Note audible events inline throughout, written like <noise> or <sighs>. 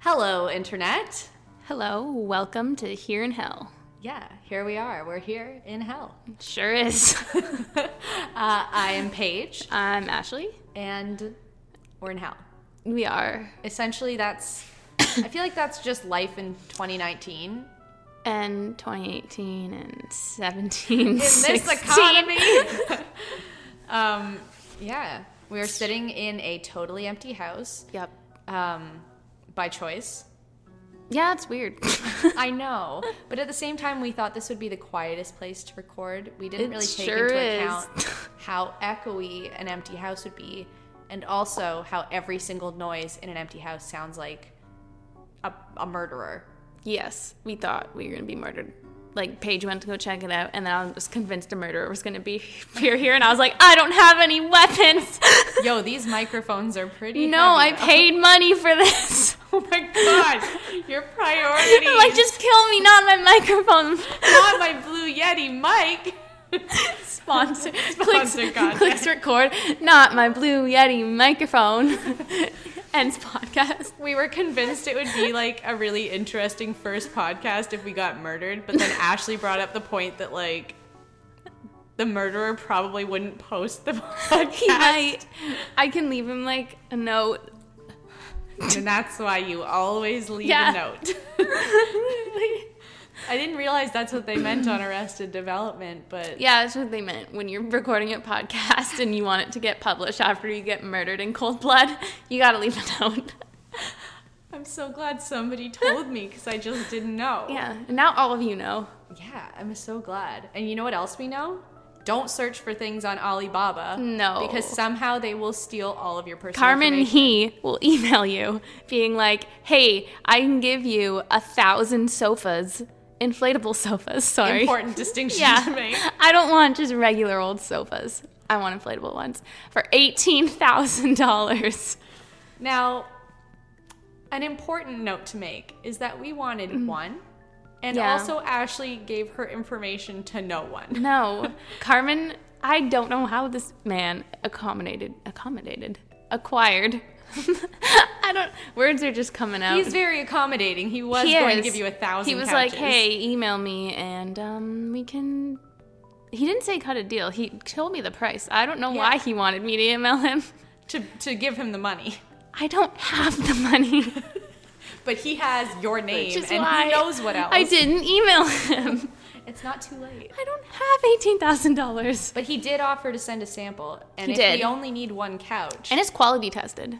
Hello, Internet. Hello, welcome to Here in Hell. Yeah, here we are. We're here in hell. <laughs> Sure is. uh, I am Paige, I'm Ashley. and we're in hell. We are. Essentially, that's. I feel like that's just life in 2019. And 2018 and 17. In In this economy. <laughs> um, yeah, we are sitting in a totally empty house Yep. um, by choice. Yeah, it's weird. <laughs> I know, but at the same time, we thought this would be the quietest place to record. We didn't It really take sure into is. <laughs> account how echoey an empty house would be, and also how every single noise in an empty house sounds like a, a murderer. yes, we thought we were going to be murdered. Like, Paige went to go check it out, and then I was convinced a murderer was going to be <laughs> here, here, and I was like, I don't have any weapons. <laughs> Yo, these microphones are pretty. <laughs> no, <laughs> I heavy. paid money for this. Oh my god, your priority. I'm <laughs> like, just kill me, not my microphone. not my blue Yeti mic. <laughs> Sponsor. <laughs> Sponsor clicks, content. clicks record. Not my blue Yeti microphone. <laughs> Ends podcast. We were convinced it would be like a really interesting first podcast if we got murdered, but then Ashley brought up the point that like the murderer probably wouldn't post the <laughs> He podcast, might. I can leave him like a note. and that's why you always leave Yeah. a note. I didn't realize that's what they meant on Arrested Development, but <laughs> yeah, that's what they meant. When you're recording a podcast and you want it to get published after you get murdered in cold blood, you gotta leave a <laughs> note. I'm so glad somebody told me because I just didn't know. Yeah, and now all of you know. Yeah, I'm so glad. And you know what else we know? Don't search for things on Alibaba. No. Because somehow they will steal all of your personal Carmen information. He will email you being like, hey, I can give you a thousand sofas, inflatable sofas, sorry. <laughs> Important distinction to make. Yeah. I don't want just regular old sofas. I want inflatable ones for $18,000. Now, an important note to make is that we wanted one, and Mm-hmm. Yeah. also Ashley gave her information to no one. <laughs> No, Carmen, I don't know how this man accommodated, accommodated, acquired. <laughs> I don't, words are just coming out. He's very accommodating. He was He going to is. give you a thousand. He was like, pouches. hey, email me and um, we can. He didn't say cut a deal. He told me the price. I don't know why he wanted me to email him. to to give him the money, <laughs> I don't have the money. <laughs> but he has your name, Which is and why he knows what else. I didn't email him. It's not too late. I don't have eighteen thousand dollars. But he did offer to send a sample, and He if did. we only need one couch, And it's quality tested.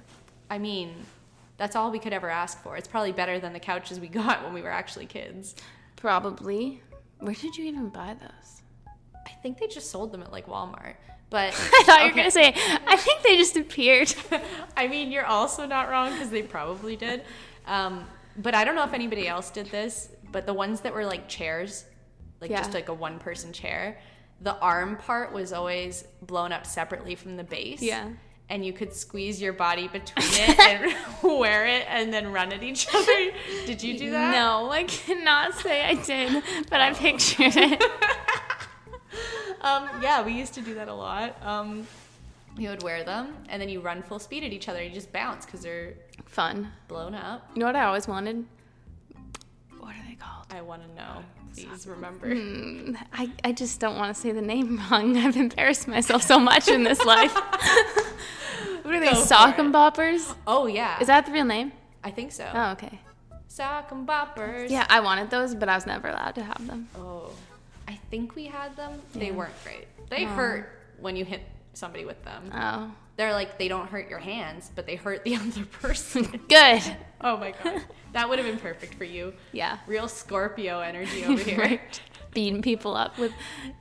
I mean, that's all we could ever ask for. It's probably better than the couches we got when we were actually kids. Probably. Where did you even buy those? I think they just sold them at like Walmart. But <laughs> I thought you were Okay. gonna say. I think they just appeared. I mean, you're also not wrong because they probably did. Um, but I don't know if anybody else did this, but the ones that were like chairs, like Yeah. just like a one person chair, the arm part was always blown up separately from the base. <laughs> Yeah. And you could squeeze your body <laughs> between it and <laughs> wear it and then run at each other. Did you do that? No, I cannot say I did, but I pictured <laughs> it. Um, yeah, we used to do that a lot. Um, you would wear them and then you run full speed at each other. You just bounce because they're Fun. blown up. You know what I always wanted? What are they called? I want to know. Please remember. Mm, I, I just don't want to say the name <laughs> wrong. I've embarrassed myself so much in this <laughs> life. what are they? Go for Sock it. and boppers? Oh yeah, Is that the real name? I think so. Oh, okay. Sock and boppers. Yeah, I wanted those, but I was never allowed to have them. Oh, I think we had them. They Yeah. weren't great. They hurt when you hit somebody with them. Oh, They're like they don't hurt your hands, but they hurt the <laughs> other person. good. oh my <laughs> god, that would have been perfect for you. <laughs> Yeah. Real Scorpio <laughs> energy over here. Right. Beating people up with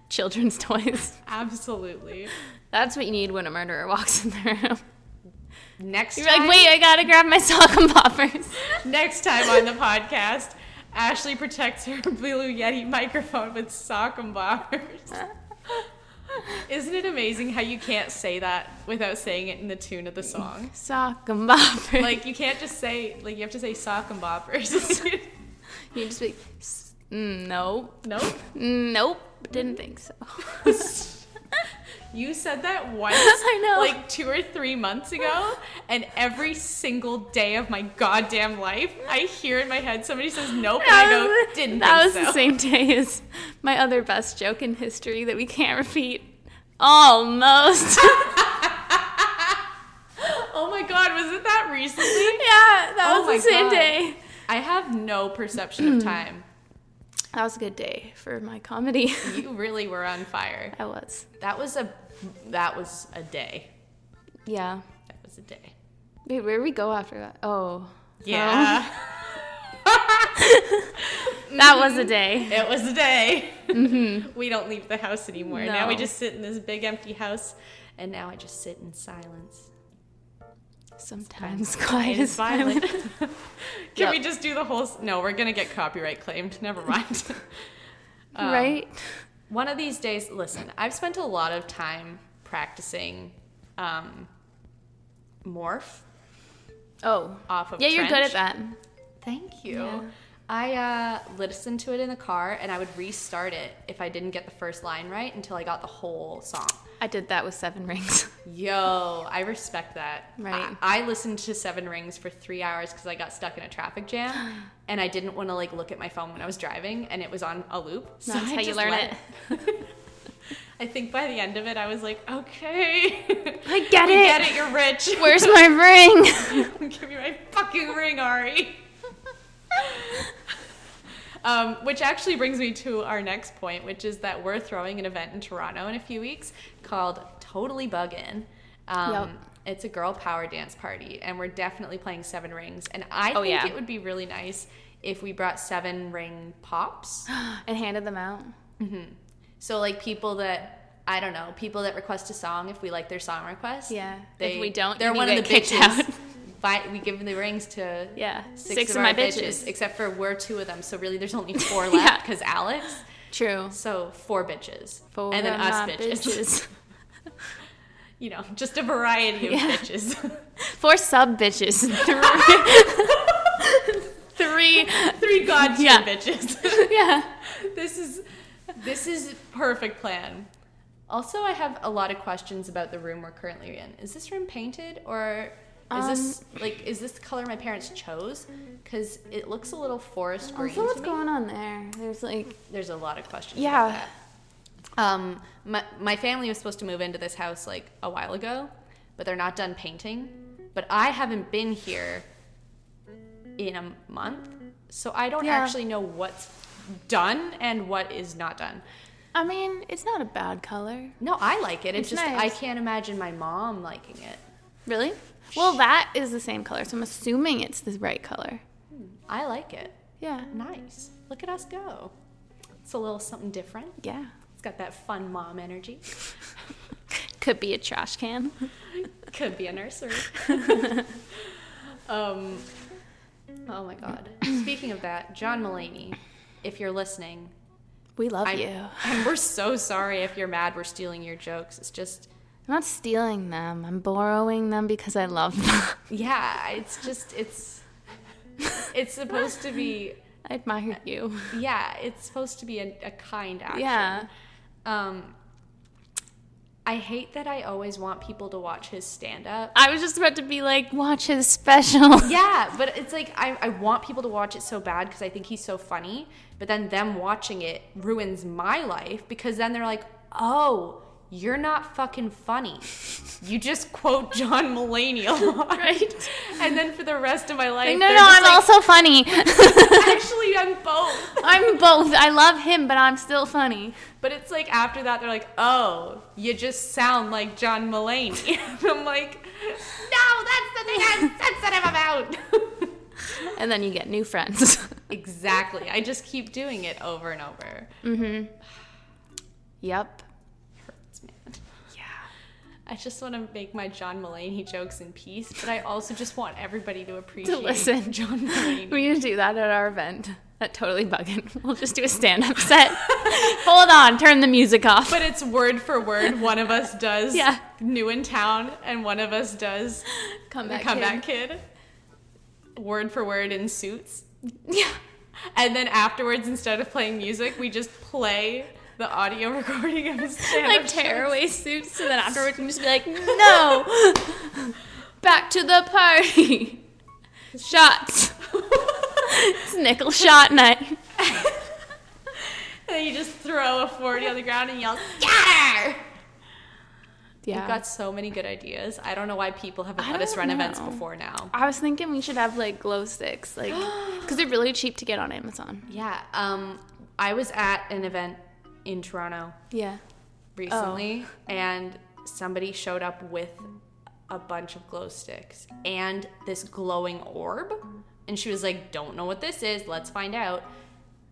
children's toys. Absolutely. That's what you need when a murderer walks in the room. Next You're time, like, wait, I gotta grab my sock and boppers. next time on the podcast, Ashley protects her <laughs> Blue Yeti microphone with sock and boppers. Isn't it amazing how you can't say that without saying it in the tune of the song? <laughs> <laughs> Sock and boppers. Like you can't just say like you have to say sock and <laughs> boppers. you just be like, "S- mm, no, <laughs> nope. <laughs> nope, didn't think so. You said that once, <laughs> I know. like two or three months ago, and every single day of my goddamn life, I hear in my head somebody says nope, and I go, didn't That was think the so. same day as my other best joke in history that we can't repeat. Almost. Oh my god, was it that <laughs> yeah, recently? that Oh was my the same God. day. I have no perception of time. That was a good day for my comedy. <laughs> You really were on fire. I was. That was a that was a day. Yeah. That was a day. Wait, where did we go after that? Oh. Yeah. That was a day. It was a day. <laughs> we don't leave the house anymore. Now we Mm-hmm. No. just sit in this big empty house, and now I just sit in silence. Sometimes quiet It is <laughs> is violent. violent. <laughs> Can Yep. we just do the whole? s- No, we're gonna get copyright claimed. Never mind. <laughs> Um, right? One of these days, listen. I've spent a lot of time practicing um, morph Oh. off of. Yeah, you're good Trench. at that. Thank you. Yeah. I uh, listened to it in the car, and I would restart it if I didn't get the first line right until I got the whole song. I did that with Seven Rings. Yo, I respect that. Right. I, I listened to Seven Rings for three hours because I got stuck in a traffic jam, <gasps> and I didn't want to like look at my phone when I was driving, and it was on a loop. So That's I how you just learn let it. <laughs> I think by the end of it, I was like, okay, <laughs> I get we it. get it. You're rich. Where's my ring? Give me my fucking ring, Ari. um, which actually brings me to our next point, which is that we're throwing an event in Toronto in a few weeks called Totally Bug In. Um, Yep. It's a girl power dance party, and we're definitely playing Seven Rings. And I Oh, think yeah. it would be really nice if we brought Seven Ring <gasps> pops. <laughs> and handed them out. So, like, people that. I don't know. People that request a song, if we like their song request, Yeah. They, if we don't, they're you one get of the kicked bitches. out. <laughs> Buy- we give them the rings to Yeah. six, of, my bitches. except for we're two of them so really there's <laughs> only four Yeah. left because alex True. so four bitches Four and then of us my bitches. <laughs> <laughs> you know just a variety of Yeah. <laughs> bitches <laughs> Four sub <laughs> bitches. Three. three god tier Yeah. bitches <laughs> Three. yeah. this is this is perfect plan also i have a lot of questions about the room we're currently in is this room painted or is this Um, like is this the color my parents chose because it looks a little forest green Also, what's to me. going on there? There's like, there's a lot of questions Yeah. about that. um my, my family was supposed to move into this house like a while ago but they're not done painting but i haven't been here in a month so i don't Yeah. actually know what's done and what is not done I mean, it's not a bad color. no i like it it's, It's just i nice. can't imagine my mom liking it Really? Well, that is the same color, so I'm assuming it's the right color. i like it Yeah. nice look at us go it's a little something different Yeah. it's got that fun mom energy Could be a trash can. Could be a nursery. um, oh my god. Speaking of that, John Mullaney, if you're listening, <laughs> We love I'm, you. I'm and we're so sorry if you're mad we're stealing your jokes. It's just, not stealing them. I'm borrowing them because I love them. yeah, it's just, it's, it's supposed to be, <laughs> I <laughs> admire you. yeah, it's supposed to be a, a kind action. Yeah. Um, I hate that I always want people to watch his stand up. I was just about to be like, watch his <laughs> special. Yeah, but it's like I, I want people to watch it so bad because I think he's so funny. But then them watching it ruins my life because then they're like, oh, you're not fucking funny. You just quote John Mulaney <laughs> a lot. Right. And then for the rest of my life, No, no, they're just I'm like, also <laughs> funny. <laughs> actually, <laughs> I'm both. I'm both. I love him, but I'm still funny. But it's like after that, they're like, oh, you just sound like John Mulaney. <laughs> And I'm like, no, that's the thing I'm sensitive about. <laughs> And then you get new friends. <laughs> Exactly. I just keep doing it over and over. yep. Hurts, man. Yeah. I just want to make my John Mulaney jokes in peace, but I also just want everybody to appreciate To listen. John Mulaney. <laughs> We need to do that at our event. That totally bugging. <laughs> We'll just do a stand up set. <laughs> Hold on, turn the music off. But it's word for word. One of us does Yeah. New in Town, and one of us does Come The back. Comeback Kid. Word for word in suits. <laughs> Yeah. And then afterwards, instead of playing music, we just play the audio <laughs> recording of his like stand-up tear shows. away suits, and then afterwards you can just <laughs> be like, no, <laughs> back to the party. <laughs> Shots. it's nickel shot night. And then you just throw a 40 on the ground and yell, Yeah. You've got so many good ideas. I don't know why people haven't I let us don't run events know. before now. I was thinking we should have like glow <gasps> sticks, like, because they're really cheap to get on Amazon. Yeah. Um, I was at an event in Toronto Yeah. <laughs> recently, and somebody showed up with a bunch of glow sticks and this glowing orb. And she was like, "Don't know what this is. Let's find out."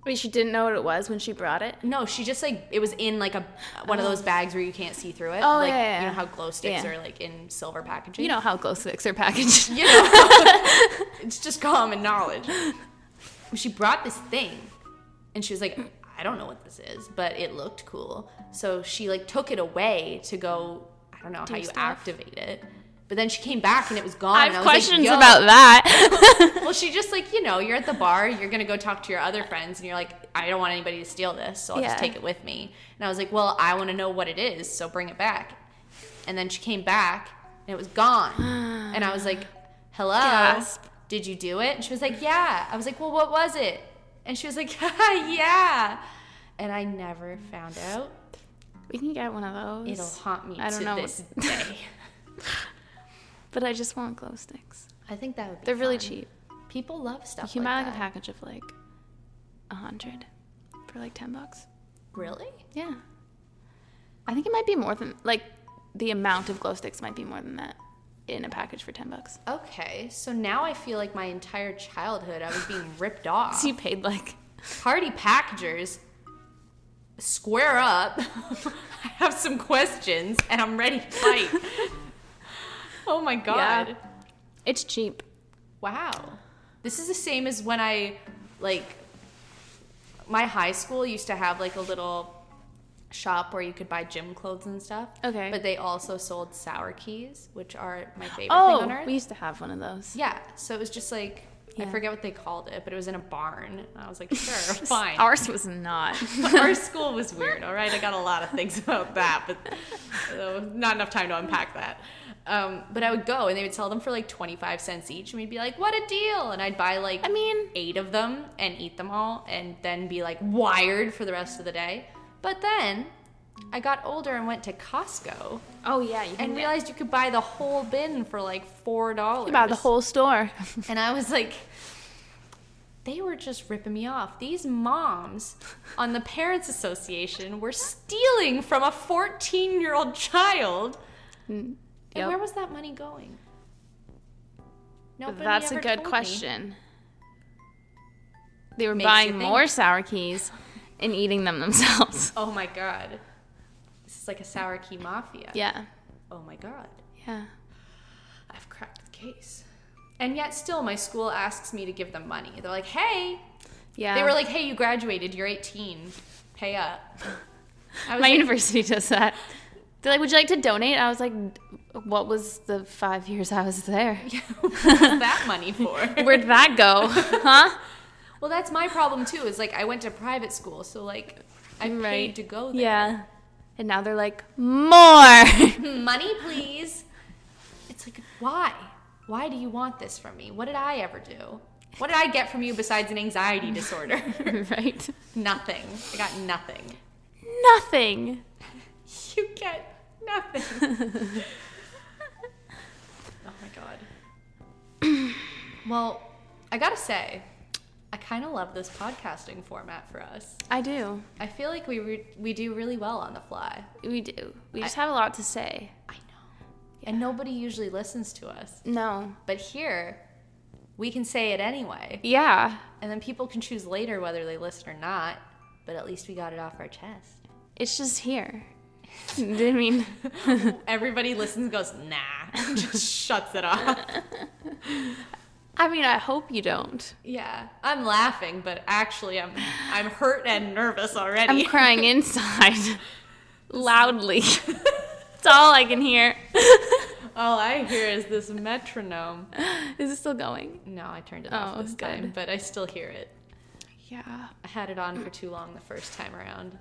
Wait, she didn't know what it was when she brought it. No, she just like it was in like a one of those bags where you can't see through it. Oh, like, yeah, yeah, You know yeah. how glow sticks Yeah. are like in silver packaging. You know how glow sticks are <laughs> packaged. you know, it's just common knowledge. She brought this thing, and she was like, "I don't know what this is, but it looked cool." So she like took it away to go. I don't know how you stuff. activate it, but then she came back and it was gone. I and have was like, questions "Yo." about that. Well, she just like you know, you're at the bar, you're gonna go talk to your other friends, and you're like, "I don't want anybody to steal this, so I'll Yeah. just take it with me." And I was like, "Well, I want to know what it is, so bring it back." And then she came back, and it was gone. and I was like, "Hello." Gasp. did you do it? And she was like, yeah. I was like, well, what was it? And she was like, <laughs> yeah. And I never found out. <laughs> we can get one of those. It'll haunt me I don't to know. <laughs> this day. But I just want glow sticks. I think that would be They're really fun. cheap. People love You stuff can like buy like that. a package of like a hundred for like ten bucks. Really? Yeah. I think it might be more than like the amount of glow sticks might be more than that in a package for ten bucks. Okay. So now I feel like my entire childhood I was being ripped off. So you paid like Party packagers, square up. <laughs> I have some questions and I'm ready to fight. oh my Yeah. God. it's cheap. Wow. This is the same as when I like my high school used to have like a little shop where you could buy gym clothes and stuff. Okay. But they also sold sour keys, which are my favorite thing on Oh, earth. we used to have one of those. yeah. So it was just like I Yeah. forget what they called it, but it was in a barn. And I was <laughs> like, sure, fine. Our-, Ours was not. school <laughs> was weird, all right? I got a lot of things <laughs> about that, but uh, not enough time to unpack that. Um, but I would go and they would sell them for like 25 cents each, and we'd be like, what a deal! And I'd buy like I mean, eight of them and eat them all and then be like wired for the rest of the day. But then I got older and went to Costco <laughs> oh yeah, you and can realized you could buy the whole bin for like four dollars. about the whole store. And I was like, they were just ripping me off. These moms on the Parents Association were stealing from a 14 year old child. Mm, And yep. where was that money going? Nobody That's a ever good told me. question. They were Makes you buying think. more sour keys and eating them themselves. Oh my god. This is like a sour key mafia. <laughs> Yeah. Oh my god. Yeah. I've cracked the case. And yet still my school asks me to give them money. They're like, "Hey." Yeah. They were like, "Hey, you graduated. You're 18. Pay up." I was my like, university does that. They're like, would you like to donate? I was like, what was the five years I was <laughs> there? "What <laughs> was that money for?" Where'd that <laughs> go? huh? well, that's my problem too. Is like I went to private school, so like I paid Right. to go there. Yeah. And now they're like, more. <laughs> Hmm, Money, please. It's like, "Why? Why do you want this from me? What did I ever do?" What did I get from you besides an anxiety <laughs> disorder? right? Nothing. I got nothing. Nothing. You get nothing. <laughs> oh my god. <clears throat> well, I gotta say, I kind of love this podcasting format for us. I do. I feel like we re- we do really well on the fly. We do. We just have a lot to say. I know. And nobody usually listens to us, No. but here we can say it anyway, Yeah. and then people can choose later whether they listen or not. But at least we got it off our <laughs> chest. It's just here. <laughs> I mean, Everybody listens and goes, <laughs> nah, just shuts it off. I mean, I hope you don't. Yeah, I'm laughing, but actually, I'm I'm hurt and nervous I'm already. crying inside <laughs> loudly. <laughs> it's all I can hear. All I hear is this metronome. Is it still going? No, I turned it off Oh, this good. time, but I still hear it. Yeah. I had it on for too long the first time around,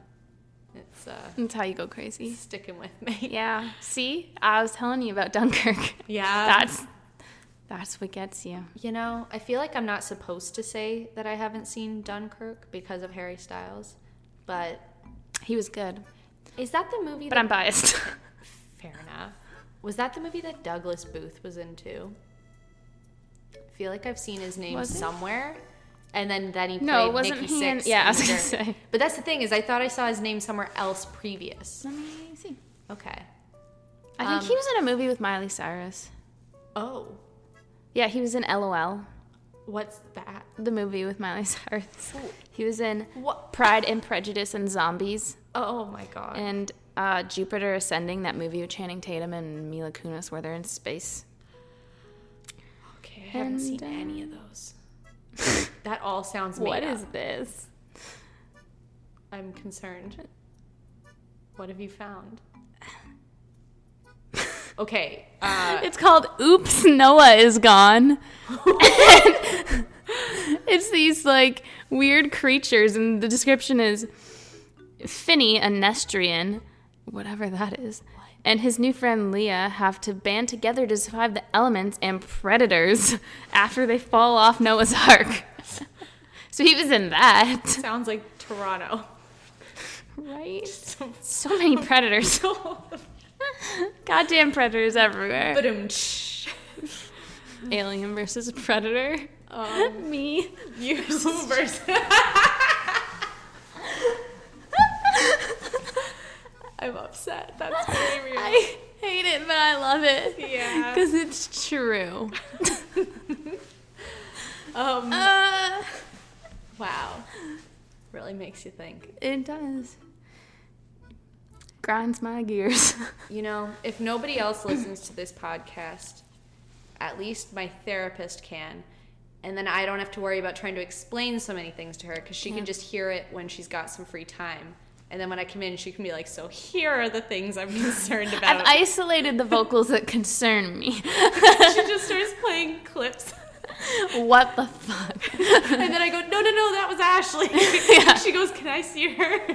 It's uh, That's how you go crazy. sticking with me. Yeah. See, I was telling you about Dunkirk. Yeah. That's that's what gets you. You know, I feel like I'm not supposed to say that I haven't seen Dunkirk because of Harry Styles, but He was good, is that the movie? but that, I'm biased. <laughs> fair enough. Was that the movie that Douglas Booth was in too? I feel like I've seen his name Was it? somewhere, and then then he played No, wasn't Mickey he in- Six. yeah, I was gonna Dirty. say. But that's the thing is, I thought I saw his name somewhere else previous. Let me see. Okay. I think he was in a movie with Miley Cyrus. Oh, Yeah, he was in LOL, what's that? the movie with Miley <laughs> Cyrus. Ooh. He was in What? Pride and Prejudice and Zombies Oh my god. and uh, Jupiter Ascending, that movie with Channing Tatum and Mila Kunis where they're in space. okay, I haven't and, seen any of those. <laughs> that all sounds made What up. is this? I'm concerned. What have you <laughs> found? Okay. Uh, It's called Oops, Noah is <laughs> Gone. it's these like weird creatures, and the description is Finny, a Nestrian, whatever that is, and his new friend Leah have to band together to survive the elements and predators <laughs> after they fall off Noah's <laughs> Ark. so he was in that, sounds like Toronto. <laughs> right? So- So many <laughs> predators. Goddamn predators everywhere. Ba-dum-tsh. Alien versus Predator. um, Me. <laughs> <laughs> you versus. <laughs> I'm upset. <laughs> That's really weird. I hate it, but I love it yeah. because it's true. Um, Uh, wow. Really makes you think. it does. Grinds my gears. You know, if nobody else listens to this podcast, at least my therapist can. And then I don't have to worry about trying to explain so many things to her because she Yeah. can just hear it when she's got some free time. And then when I come in, she can be like, So here are the things I'm concerned I've about. isolated the vocals that concern <laughs> me. she just starts playing <laughs> clips. what the fuck? And then I go, No, no, no, that was <laughs> Ashley. She goes, Can I see her? <laughs>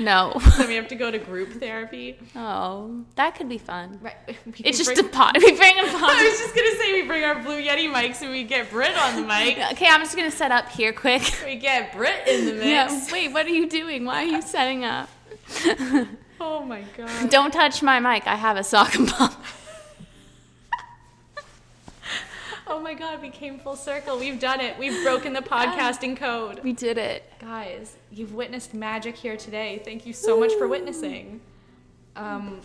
No. then we have to go to group therapy. Oh, that could be fun. Right. <laughs> we can It's just bring- Oh, a pod. We <laughs> bring a I was pod. just going to say, we bring our Blue Yeti mics and we get Brit on the mic. Okay, I'm just gonna set up here quick. We get Brit in the mix. Yeah. Wait, what are you doing? Why are you setting up? <laughs> Oh my god. Don't touch my mic. I have a sock and pop. Oh my god, we came full circle. We've done it. We've broken the podcasting code. We did it. Guys, you've witnessed magic here today. Thank you so much for witnessing. Um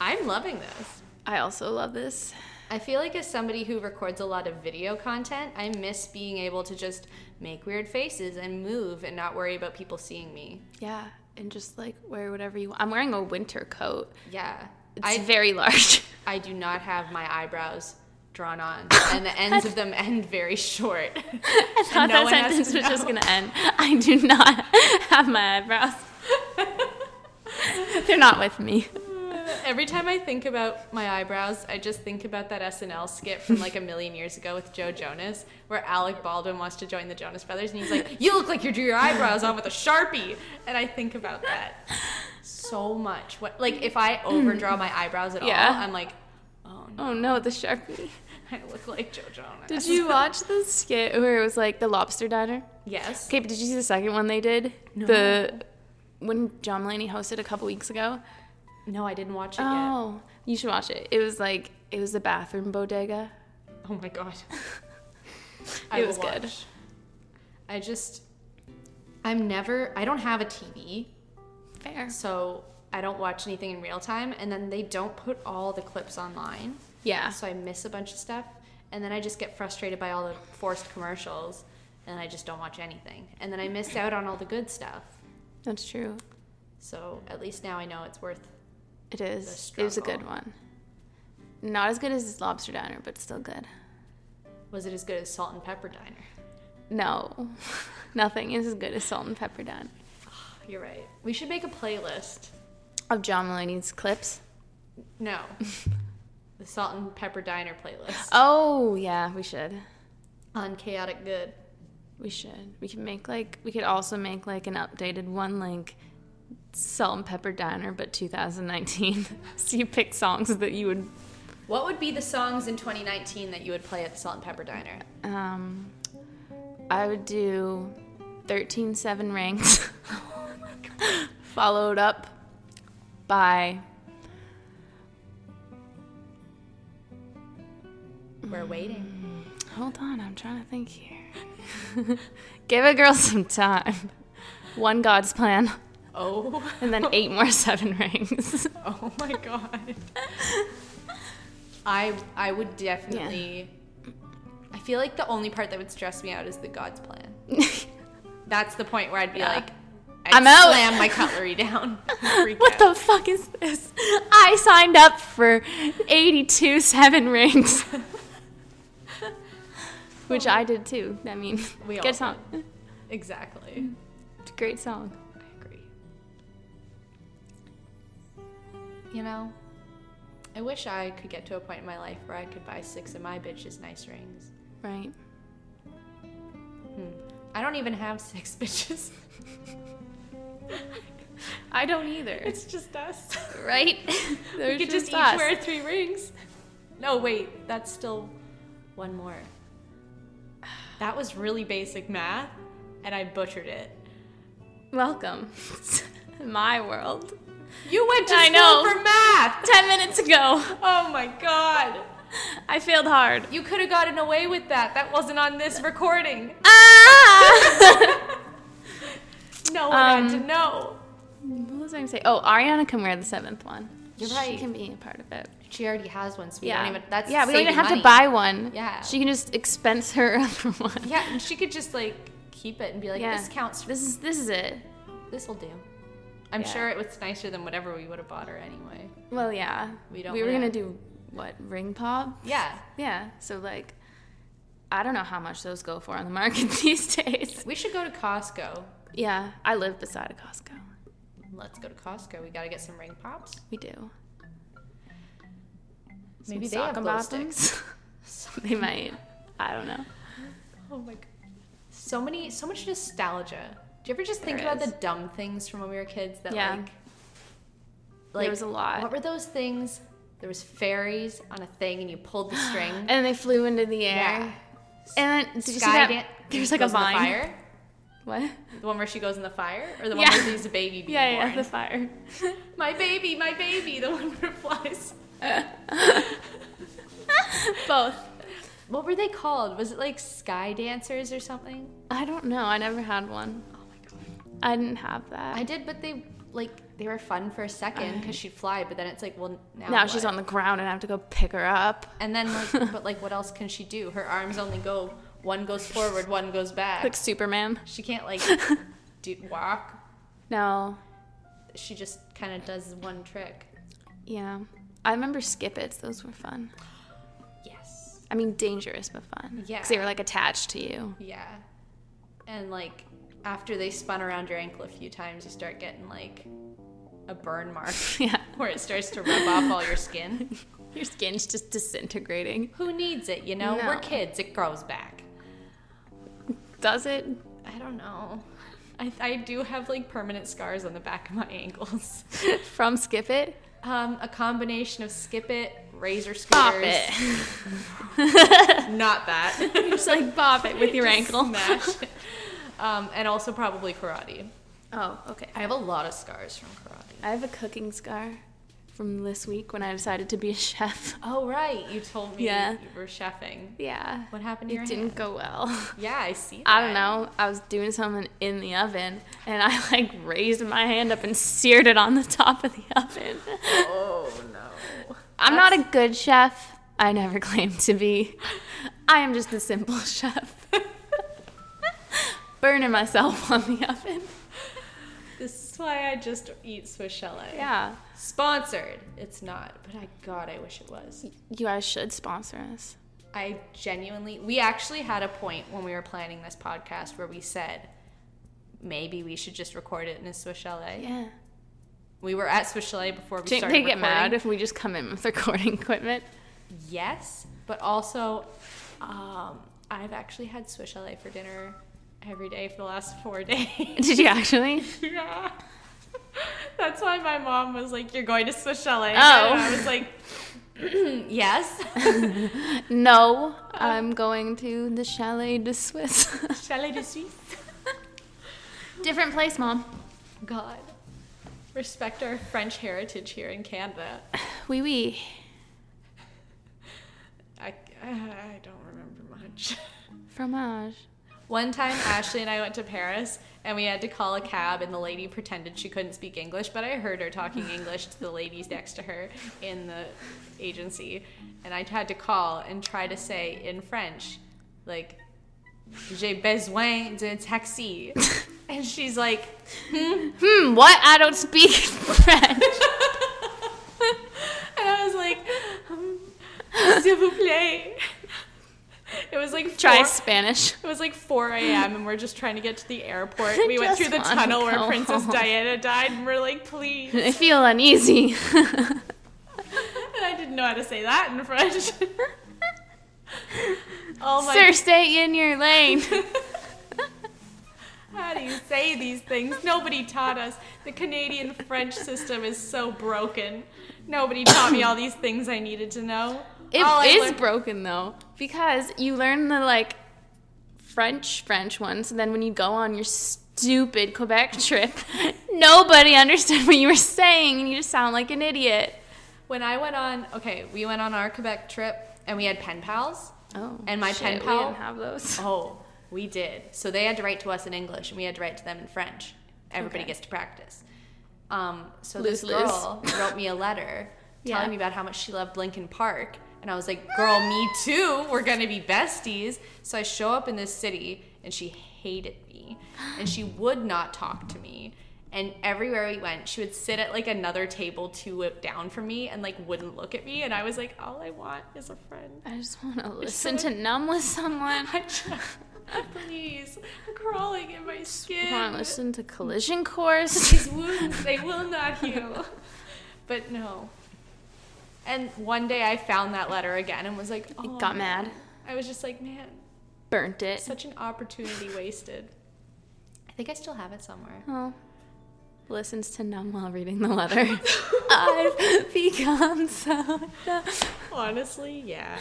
I'm loving this. I also love this. I feel like as somebody who records a lot of video content, I miss being able to just make weird faces and move and not worry about people seeing me. Yeah, and just like wear whatever you want. I'm wearing a winter coat. Yeah. It's I very large. I do not have my eyebrows drawn on and the ends of them end very short. <laughs> <laughs> <laughs> I thought no that one has to sentence was just know. gonna end. <laughs> I do not <laughs> have my <laughs> eyebrows. They're not with me. <laughs> Every time I think about my eyebrows, I just think about that SNL skit from like a million years ago with Joe Jonas, where Alec Baldwin wants to join the Jonas Brothers, and he's like, "You look like you drew your eyebrows on with a sharpie," and I think about that so much. What like if <clears throat> I overdraw my eyebrows at Yeah. all, I'm like, "Oh no, Oh no, the sharpie. I look like Joe Jonas." Did you <laughs> watch the skit where it was like the lobster diner? Yes. Okay, but did you see the second one they did? The when John Mulaney hosted a couple weeks ago. No, I didn't watch it Oh, you should watch it. It was like it was the bathroom bodega. yet. Oh my <laughs> god. It will was good. watch. I just, I'm never. I don't have a TV. Fair. so I don't watch anything in real time. And then they don't put all the clips online, Yeah. so I miss a bunch of stuff. And then I just get frustrated by all the forced commercials, and I just don't watch anything. And then I miss out on all the good stuff. That's true. So at least now I know it's worth. It is. It was a good struggle. one. Not as good as Lobster Diner, but still good. Was it as good as Salt and Pepper Diner? No, <laughs> nothing is as good as Salt and Pepper Diner. You're right. We should make a playlist. Of John Mulaney's clips. No, <laughs> the Salt and Pepper Diner playlist Oh yeah, we should. on Chaotic Good. We should. We could make like we could also make like an updated one like Salt and Pepper Diner, but 2019. <laughs> so you pick songs that you would. What would be the songs in 2019 that you would play at the Salt and Pepper Diner? Um, I would do 13 7 ranks, <laughs> followed up by We're Mm. waiting. Hold on, I'm trying to think here. <laughs> Give a girl some time. One God's plan, Oh, <laughs> and then eight more <laughs> seven rings. oh my god. I I would definitely. I feel like the only part that would stress me out is the God's plan. That's the point where I'd be Yeah. like, I'd I'm out. Slam my cutlery <laughs> down. Freak <laughs> what out. the fuck is this? I signed up for 82 seven rings. <laughs> Which I did too. I mean, We all good song. Exactly. It's a great song. I agree. You know, I wish I could get to a point in my life where I could buy six of my bitches nice rings. Right. Hmm. I don't even have six <laughs> bitches. I don't either. It's just <laughs> us. <laughs> Right? we could just, each wear three rings. No, wait, that's still one more. That was really basic math, and I butchered it. Welcome. My world. You went to I school know. for math. Ten minutes ago, Oh my god. I failed hard. You could have gotten away with that. That wasn't on this <laughs> recording. Ah! <laughs> No one Um, had to know. what was I gonna say? Oh, Ariana can wear the seventh one. You're She right. can be a part of it. She already has one, so we yeah. don't even. That's yeah, we don't even saving have money. to buy one. Yeah. She can just expense her <laughs> other one. Yeah, and she could just like keep it and be like, Yeah. this counts. This is this is it. This will do. I'm Yeah. sure it was nicer than whatever we would have bought her anyway. Well, yeah. We don't We were wanna- gonna do what ring pop? Yeah, Yeah. So like, I don't know how much those go for on the market <laughs> these days. we should go to Costco. Yeah, I live beside a Costco. Let's go to Costco. We gotta get some ring pops. We do. Maybe Some they have sock glow bottoms. <laughs> they might. I don't know. Oh my god. So many, so much nostalgia. Do you ever just think There about is. the dumb things from when we were kids that Yeah. like, There was a lot. What were those things? There was fairies on a thing, and you pulled the <gasps> string. And they flew into the air. yeah. And then, Oh, did you see Sky that? dan- There's like a goes in vine. The, fire. What? the one where she goes in the fire, or the one Yeah. where there's a baby being <laughs> Yeah, yeah, born. the fire. <laughs> My baby, my baby, the <laughs> one where it flies. Both. What were they called? Was it like sky dancers or something? I don't know. I never had one. Oh my god. I didn't have that. I did, but they like they were fun for a second because she'd fly, but then it's like, well, now now she's what? on the ground and I have to go pick her up. And then, <laughs> like, but like, what else can she do? Her arms only go one goes forward, one goes Like back. Superman. She can't <laughs> like do, walk. No. She just kind of does one trick. Yeah. I remember Skippets. Those were fun. Yes. I mean, dangerous but fun. Yeah. 'Cause they were like attached to you. <laughs> Yeah. And like after they spun around your ankle a few times, you start getting like a burn mark <laughs> yeah. where it starts to rub off all your <laughs> skin. Your skin's just disintegrating. Who needs it? You know, we're No. kids. It grows back. Does it? I don't know. I, I do have like permanent scars on the back of my ankles. From Skippet? Um, a combination of skip it, razor scooters. Bop it. <laughs> Not that. just like bop it with your ankle. Smash. Um, and also probably karate. Oh, okay. I have a lot of scars from karate. I have a cooking scar from this week when I decided to be a chef. <laughs> Oh right, you told me Yeah. you were chefing. Yeah. What happened to your It didn't hand? go well. <laughs> <laughs> Yeah, I see. I don't that. know. I was doing something in the oven and I <laughs> like raised my hand up and seared it on the top of the oven. Oh no. I'm not a good chef. I never <laughs> claim to be. I am just a simple <laughs> chef. Burning myself on the oven. This is why I just eat Swiss chalet. Yeah. Sponsored. It's not, but I God, I wish it was. You guys should sponsor us. I genuinely, we actually had a point when we were planning this podcast where we said maybe we should just record it in a Swiss chalet. Yeah. We were at Swiss chalet before we Do you think started they get recording. mad if we just come in with <laughs> <laughs> recording equipment? Yes, but also, um, I've actually had Swiss chalet for dinner every day for the last four <laughs> days. Did you actually? yeah. That's why my mom was like, "You're going to Swiss Chalet." Oh. and I was like, <clears throat> yes. No, I'm going to the Chalet de Suisse. <laughs> "Chalet de Suisse." Different place, Mom. God, respect our French heritage here in Canada. Wee wee. I, I don't remember much. <laughs> Fromage. One time, Ashley and I went to Paris, and we had to call a cab, and the lady pretended she couldn't speak English, but I heard her talking English to the ladies next to her in the agency, and I had to call and try to say in French, like, "J'ai besoin de taxi," and she's like, Hmm, what? I don't speak <laughs> French. and I was like, um, "S'il vous plaît." It was like Try four- Spanish. It was like 4 a.m. and we're just trying to get to the airport. We went Just through the wanna tunnel where go Princess home. Diana died, and we're like, please. I feel <laughs> uneasy. And I didn't know how to say that in French. <laughs> oh my! Sir, stay in your <laughs> lane. How do you say these things? Nobody taught us. The Canadian French system is so broken. Nobody taught me all these things I needed to know. It is All I learned- broken though, because you learn the like French French one, so then when you go on your stupid Quebec <laughs> trip, nobody understood what you were saying, and you just sound like an idiot. when I went on, okay, we went on our Quebec trip and we had pen pals. Oh, And my pen shit, pal- We didn't have those. Oh, we did. So they had to write to us in English, and we had to write to them in French. Everybody Okay. gets to practice. Um, so this Lose-lose. girl wrote me a letter <laughs> Yeah. telling me about how much she loved Lincoln Park, and I was like, "Girl, me too. We're gonna be besties." So I show up in this city, and she hated me, and <gasps> she would not talk to me. And everywhere we went, she would sit at like another table two down from me, and like wouldn't look at me. And I was like, "All I want is a friend." I just want to listen to numb with someone. I <laughs> Please, I'm crawling in my skin. want to listen to Collision <laughs> Course. These wounds, they will not heal. But no. And one day I found that letter again and was like, I oh, got mad, I was just like, man, burnt it. such an opportunity wasted. I think I still have it somewhere. Oh. Listens to numb while reading <laughs> the letter. I've become so numb. Honestly, yeah.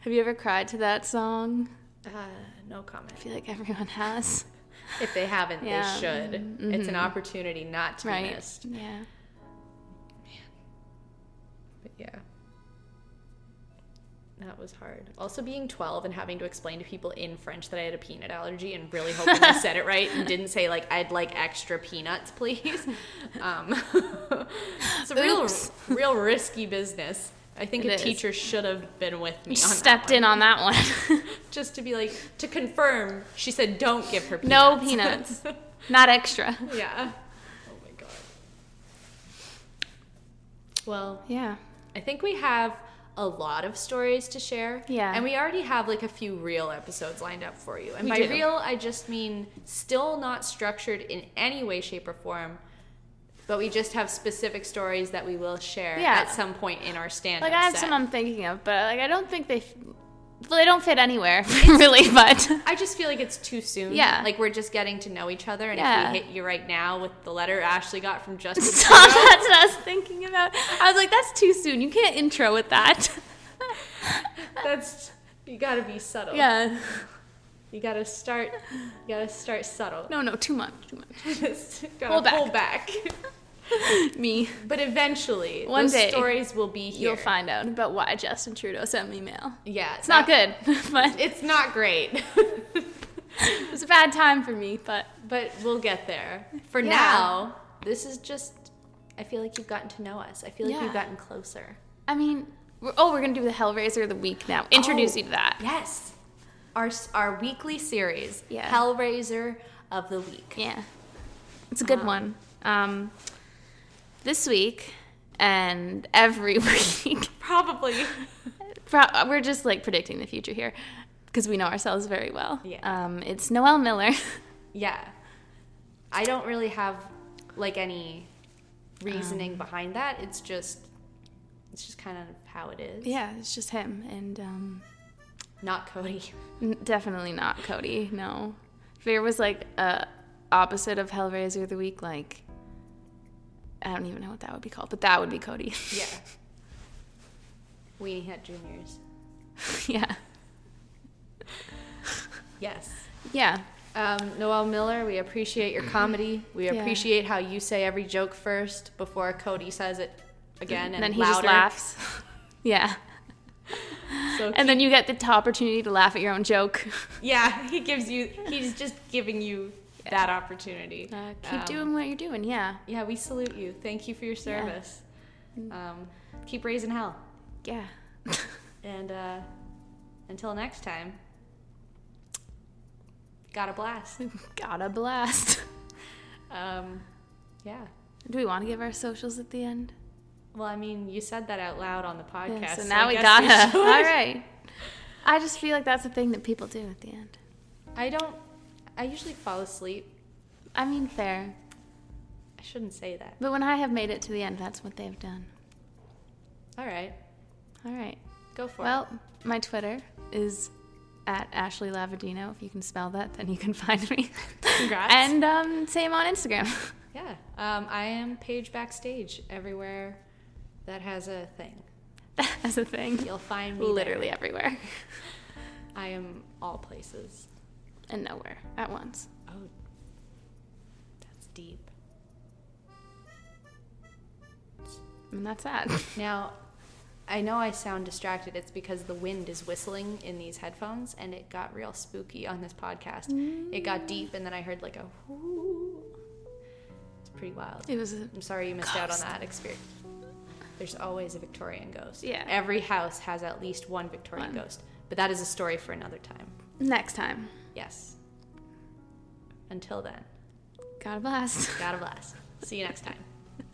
Have you ever cried to that song? Uh, no comment. I feel like everyone has. If they haven't, Yeah. they should. It's an opportunity not to be Right. missed. Yeah. But yeah. That was hard. Also, being 12 and having to explain to people in French that I had a peanut allergy and really hoping I said it right and didn't say, like, I'd like extra peanuts, please. <laughs> Um, it's a real, Oops. real risky business. I think It a is. teacher should have been with me. You on that stepped one. in on that one. <laughs> just to be like to confirm. She said, "Don't give her peanuts. no peanuts. <laughs> Not extra. Yeah. Oh my god. Well, Yeah. I think we have a lot of stories to share. Yeah. And we already have like a few real episodes lined up for you. And We by do. real, I just mean still not structured in any way, shape, or form. But we just have specific stories that we will share Yeah. at some point in our stand-up Like I have set. some I'm thinking of, but like I don't think they f- well, they don't fit anywhere <laughs> really, but <laughs> I just feel like it's too soon. Yeah. Like we're just getting to know each other, and Yeah. if we hit you right now with the letter Ashley got from Justin, <laughs> Stop, that's what I was thinking about. I was like that's too soon. You can't intro with that. <laughs> That's you gotta be subtle. yeah. You gotta start you gotta start subtle. <laughs> No, no, too much, too much. Just gotta Pull back. pull back. Me. But eventually One those day, stories will be here. You'll find out about why Justin Trudeau sent me mail. yeah, It's not good, <laughs> but It's not great, <laughs> it was a bad time for me, but but we'll get there. For Yeah. now, this is just. I feel like you've gotten to know us. I feel like Yeah. you've gotten closer. I mean, we're, oh, we're gonna do the Hellraiser of the week now. Introduce Oh. you to that. Yes, our s- our weekly series, Yeah. Hellraiser of the week. <laughs> Yeah, Uh-huh. it's a good one. Um, this week and every <laughs> week, Probably. pro- we're just like predicting the future here because we know ourselves very well. Yeah. Um, it's Noelle Miller. <laughs> <laughs> Yeah, I don't really have like any Um. reasoning behind that. It's just. It's just kind of how it is. yeah, it's just him, and um, Not Cody. n- definitely not Cody. No, if there was like a opposite of Hellraiser of the week, like I don't even know what that would be called, but that would be Cody. <laughs> <sighs> Yeah. Weenie Hat Juniors. yeah. Yes. Yeah. Um, Noel Miller, we appreciate your comedy. We Mm-hmm. Yeah. appreciate how you say every joke first before Cody says it again and then he louder. just laughs. <laughs> yeah. So And then you get the opportunity to laugh at your own joke. Yeah, he gives you. He's just giving you that opportunity. <laughs> Uh, keep Um, doing what you're doing. Yeah. yeah, we salute you. Thank you for your service. Mm. Um, keep raising hell. <laughs> Yeah. And uh, until next time, got a Mm. blast. Got a blast. Um, yeah. Do we want to give our socials at the end? Well, I mean, you said that out loud on the podcast. Yeah, so I now we guess gotta. should. <laughs> All right. I just feel like that's a thing that people do at the end. I don't. I usually fall asleep. I mean, fair. I shouldn't say that. But when I have made it to the end, that's what they've done. All right, All right. go for Well, my Twitter is at Ashley Lavadino. If you can spell that, then you can <laughs> find me. Congrats. and um, same on Instagram. <laughs> it. Yeah. Um, I am Paige backstage everywhere that has a thing. That's a thing. You'll find me. there. Literally everywhere I am all places. and nowhere at once. Oh, that's deep. And that's that. Now, I know I sound distracted. It's because the wind is whistling in these headphones, and it got real spooky on this podcast. It got deep, and then I heard like a whoo. It's pretty wild. It was a I'm sorry you missed out on Ghost. that experience. There's always a Victorian ghost. Yeah. Every house has at least one Victorian One. ghost, but that is a story for another time. next time. Yes. Until then, God bless. God bless. See you next time.